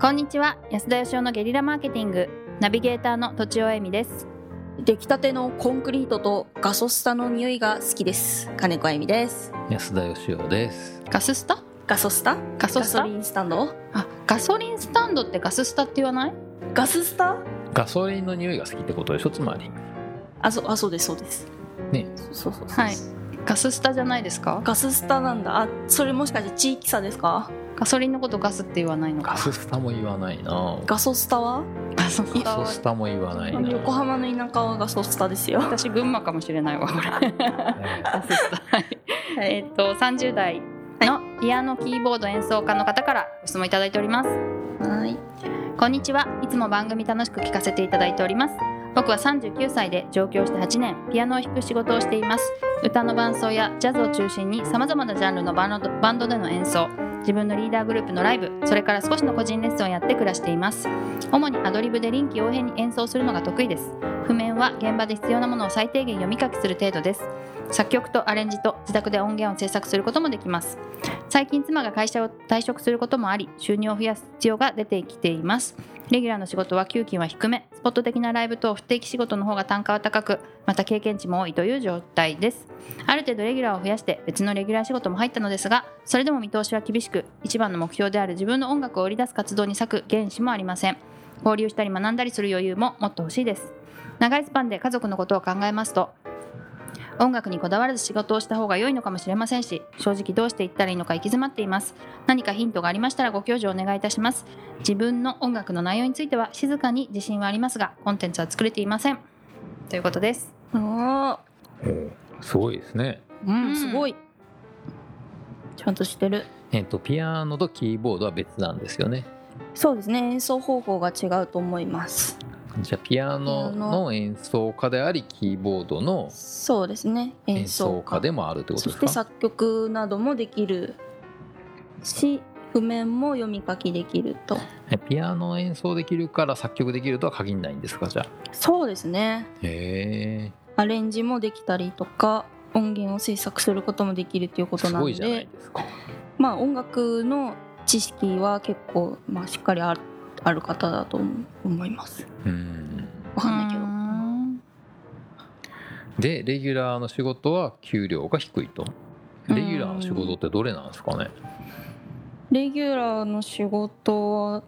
こんにちは安田義生のゲリラマーケティングナビゲーターの土地尾恵美です出来たてのコンクリートとガソスタの匂いが好きです金子あゆみです安田義雄です。ガススタガソスタガソスタガソリンスタンドあガソリンスタンドってガススタって言わないガススタガソリンの匂いが好きってことでしょつまり。あそうあそうですそうですねそうそうそうはいガススタじゃないですかガススタなんだあそれもしかして地域差ですかガソリンのことガスって言わないのガかススタも言わないな。ガソスタはガソスタガソスタも言わないな。横浜の田舎はガソスタですよ私群馬かもしれないわ これねガススタはいえっと30代のピアノキーボード演奏家の方からご質問いただいておりますはいこんにちはいつも番組楽しく聞かせていただいております僕は39歳で上京して8年ピアノを弾く仕事をしています歌の伴奏やジャズを中心に様々なジャンルのバンドバンドでの演奏自分のリーダーグループのライブそれから少しの個人レッスンをやって暮らしています主にアドリブで臨機応変に演奏するのが得意です譜面は現場で必要なものを最低限読み書きする程度です作曲とアレンジと自宅で音源を制作することもできます最近妻が会社を退職することもあり収入を増やす必要が出てきていますレギュラーの仕事は給金は低めスポット的なライブと不定期仕事の方が単価は高くまた経験値も多いという状態ですある程度レギュラーを増やして別のレギュラー仕事も入ったのですがそれでも見通しは厳しく一番の目標である自分の音楽を売り出す活動に割く原資もありません交流したり学んだりする余裕ももっと欲しいです長いスパンで家族のことを考えますと音楽にこだわらず仕事をした方が良いのかもしれませんし正直どうしていったらいいのか行き詰まっています何かヒントがありましたらご教授お願いいたします自分の音楽の内容については静かに自信はありますがコンテンツは作れていませんということですおーうんすごいですね。うんすごいちゃんとしてるえっとピアノとキーボードは別なんですよね。そうですね演奏方法が違うと思いますじゃあピアノの演奏家でありキーボードのそうですね演奏家でもあるってことそでしてすか。作曲などもできるし譜面も読み書きできるとえピアノ演奏できるから作曲できるとは限らないんですかじゃあ。そうですねへアレンジもできたりとか音源を制作することもできるというこえ。とすなのごいじゃないでですか。まあ音楽の知識は結構、まあ、しっかりあるある方だと思思いますうん。わかんないけうーどんでレギュラーの仕事は給料が低いとレギュラーの仕事ってどれなんですかねレギュラーの仕事は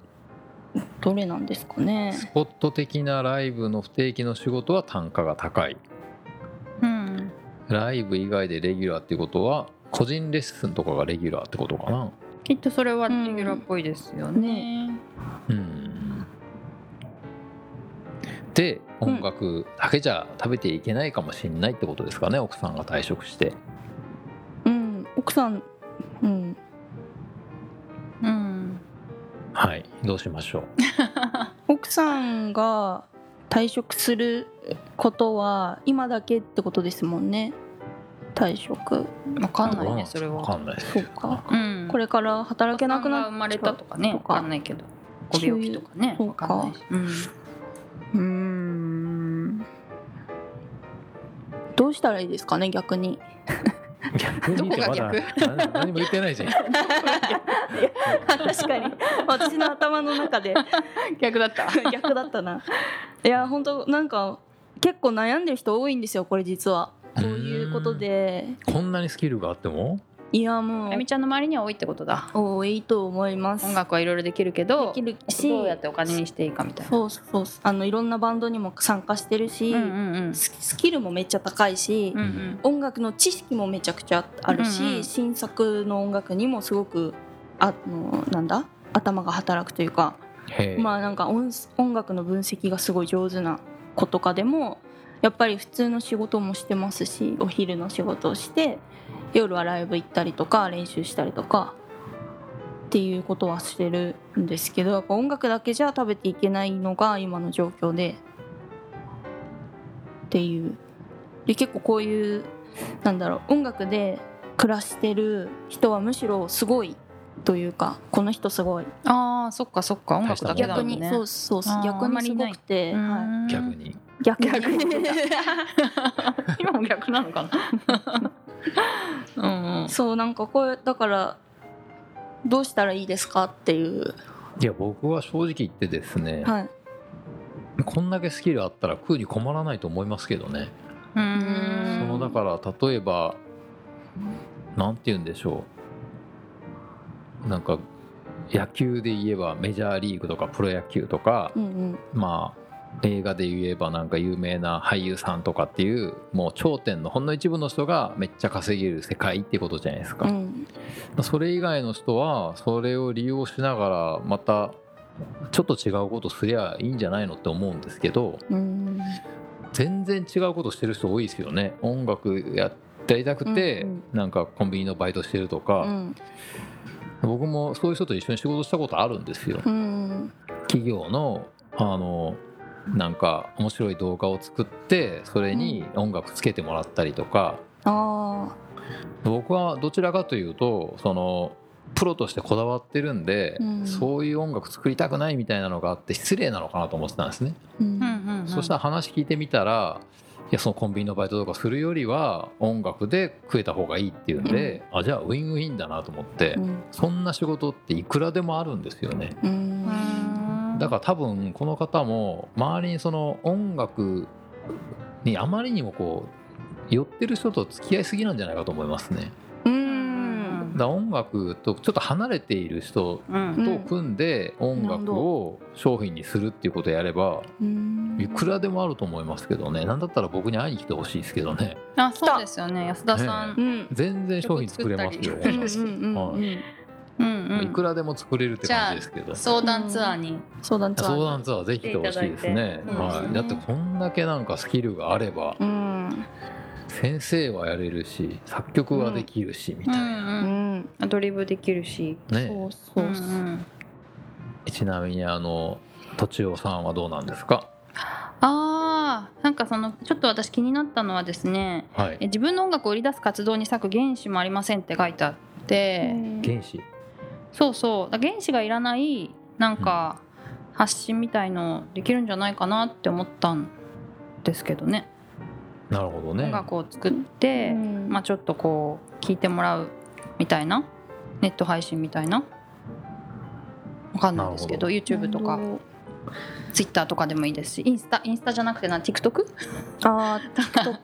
どれなんですかねスポット的なライブの不定期の仕事は単価が高いうんライブ以外でレギュラーっていうことは個人レッスンとかがレギュラーってことかなきっとそれはレギュラーっぽいですよね,、うんで音楽だけじゃ食べていけないかもしれないってことですかね奥さんが退職してうん奥さんうんうんはいどうしましょう奥さんが退職することは今だけってことですもんね退職わかんないどうねんそれわかは、んないですそうかうん、これれから働けなくな生まれたとかねとわかかんないけどご病気とかねそうわかんないしうんうんどうしたらいいですかね逆に逆にってまどだ何何も言ってないじゃん確かに 私の頭の中 で逆だった逆だったないや本当なんか結構悩んでる人多いんですよこれ実はこういうことでこんなにスキルがあってもいやもあゆみうちゃんの周りには多いってことだ多いと思います音楽はいろいろできるけどできるしどうやってお金にしていいかみたいなそうそうそうあのいろんなバンドにも参加してるし、うんうんうんススキルもめっちゃ高いし、うんうん音楽の知識もめちゃくちゃあるし、うんうん新作の音楽にもすごくあのなんだ頭が働くというか、へえまあなんか音音楽の分析がすごい上手な子とかでもやっぱり普通の仕事もしてますしお昼の仕事をして夜はライブ行ったりとか練習したりとかっていうことはしてるんですけどやっぱ音楽だけじゃ食べていけないのが今の状況でっていうで結構こういうなんだろう音楽で暮らしてる人はむしろすごいというかこの人すごいあーそっかそっか音楽だけだ逆もんに、ねそうそうそうあー逆にすごくて、うはん逆にい、逆逆にに 今も逆なのかな うんうんそうなんかこれだからどうしたらいいですかっていういや僕は正直言ってですね、はいこんだけスキルあったら食うに困らないと思いますけどね、ううんそのだから例えばなんて言うんでしょうなんか野球で言えばメジャーリーグとかプロ野球とか、うんうんまあ映画で言えばなんか有名な俳優さんとかっていうもう頂点のほんの一部の人がめっちゃ稼げる世界ってことじゃないですか、うんそれ以外の人はそれを利用しながらまたちょっと違うことすりゃいいんじゃないのって思うんですけどうん全然違うことしてる人多いですよね音楽やっていたくて、うんうんなんかコンビニのバイトしてるとうか、ん僕もそういう人と一緒に仕事したことあるんですよ。うん企業のあのなんか面白い動画を作ってそれに音楽つけてもらったりとか、あ僕はどちらかというとそのプロとしてこだわってるんで、うんそういう音楽作りたくないみたいなのがあって失礼なのかなと思ってたんですね、ーうんそしたら話聞いてみたらいやそのコンビニのバイトとかするよりは音楽で食えた方がいいっていうんで、あじゃあウィンウィンだなと思って、うんそんな仕事っていくらでもあるんですよねうんだから多分この方も周りにその音楽にあまりにもこう寄ってる人と付き合いすぎなんじゃないかと思いますね。うだから音楽とちょっと離れている人ら、うんと組んで音楽を商品にするっていうことをやればんいくらでもあると思いますけどねなんだったら僕に会いに来てほしいですけどねあそうですよね安田さん、うんうん全然商品作れますよ、曲作ったりうんうんうんうんうんいくらでも作れるって感じですけど相談ツアーに、相談ツアー相談ツアーぜひ来てほしいですね来ていただいてうんはい、だってこんだけなんかスキルがあればうん先生はやれるし作曲はできるしみたいな、うんううんんアドリブできるし、そねうそうそううんちなみにあのとちおさんはどうなんですかあーなんかそのちょっと私気になったのはですねはえい自分の音楽を売り出す活動に割く原資もありませんって書いてあって、原子そうそうだから原資がいらないなんか発信みたいのできるんじゃないかなって思ったんですけどねなるほどね音楽を作って、うんまあ、ちょっとこう聞いてもらうみたいなネット配信みたいなわかんないですけどな YouTube とか Twitter とかでもいいですしインスタインスタじゃなくてな TikTok? あー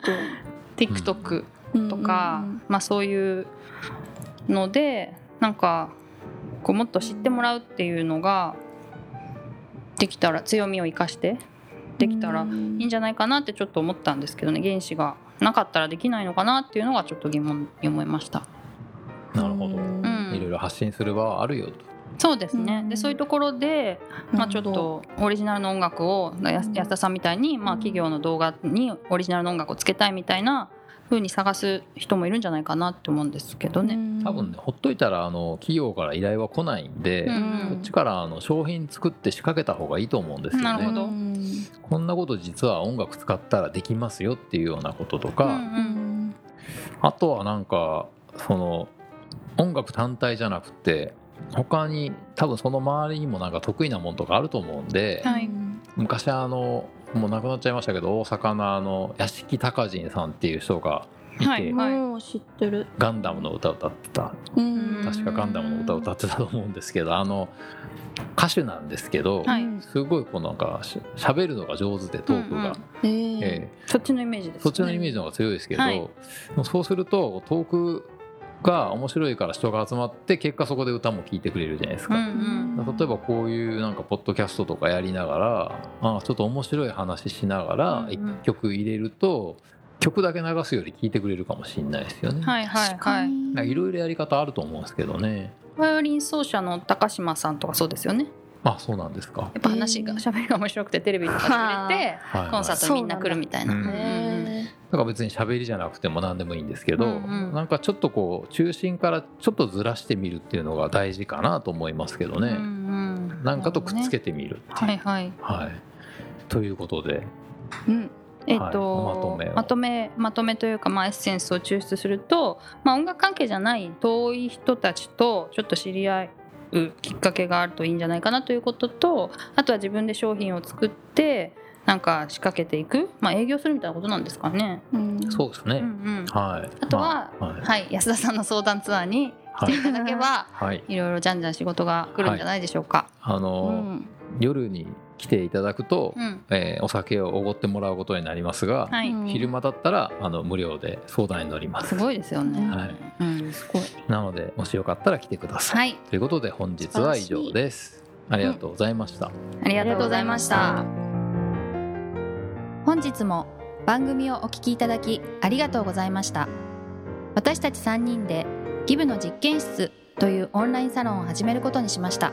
TikTok TikTok うんうん とか、まあ、そういうのでなんかこうもっと知ってもらうっていうのができたら強みを生かしてできたらいいんじゃないかなってちょっと思ったんですけどね原子がなかったらできないのかなっていうのがちょっと疑問に思いました。なるほど、うんうんいろいろ発信する場はあるよとそうですね、うんでそういうところで、まあ、ちょっとオリジナルの音楽をやうん安田さんみたいに、まあ、企業の動画にオリジナルの音楽をつけたいみたいな風に探す人もいるんじゃないかなって思うんですけどね。多分ねほっといたらあの企業から依頼は来ないんで、うんこっちからあの商品作って仕掛けた方がいいと思うんですよねなるほどこんなこと実は音楽使ったらできますよっていうようなこととか、うんうんあとはなんかその音楽単体じゃなくて他に多分その周りにもなんか得意なものとかあると思うんで、はい昔あのもう亡くなっちゃいましたけど大阪のあの屋敷隆人さんっていう人がいて、はいはいもう知ってるガンダムの歌を歌ってたうん確かガンダムの歌を歌ってたと思うんですけどあの歌手なんですけど、はいすごいこうなんかしゃべるのが上手でトークが、うんうんえええそっちのイメージです、えね、そっちのイメージの方が強いですけど、はいでもそうするとトークが面白いから人が集まって結果そこで歌も聴いてくれるじゃないですうか。んうんだから例えばこういうなんかポッドキャストとかやりながらあちょっと面白い話しながうんらうん一曲入れると曲だけ流すより聴いてくれるかもしれないですよね。はいはいはいなんかいろいろやり方あると思うんですけどね。バイオリン奏者の高島さんとかそうですよねあそうなんですか。やっぱ話が喋りが面白くてテレビとかで売れてはいはいコンサートにみんな来るみたいな。そうなんだうんうんうんだから別に喋りじゃなくても何でもいいんですけど、うんうんなんかちょっとこう中心からちょっとずらしてみるっていうのが大事かなと思いますけどね、うんうんなんかとくっつけてみる、はいはいはいということでうんえっと、はいまとめをまとめまとめというか、まあ、エッセンスを抽出すると、まあ、音楽関係じゃない遠い人たちとちょっと知り合うきっかけがあるといいんじゃないかなということとあとは自分で商品を作ってなんか仕掛けていく、まあ、営業するみたいなことなんですかね。うんそうですね、うんうんはいあとはまあはいはい、安田さんの相談ツアーに来ていただけば、はいい、ろいろじゃんじゃん仕事が来るんじゃないでしょうか。あうのーん、夜に来ていただくと、うん、えーお酒をおごってもらうことになりますが、はい、うん昼間だったらあの無料で相談に乗りますすごいですよね。はいうん、すごいなのでもしよかったら来てください、はい、ということで本日は以上ですありがとうございました、ありがとうございました。本日も番組をお聞きいただきありがとうございました。私たち3人でギブの実験室というオンラインサロンを始めることにしました。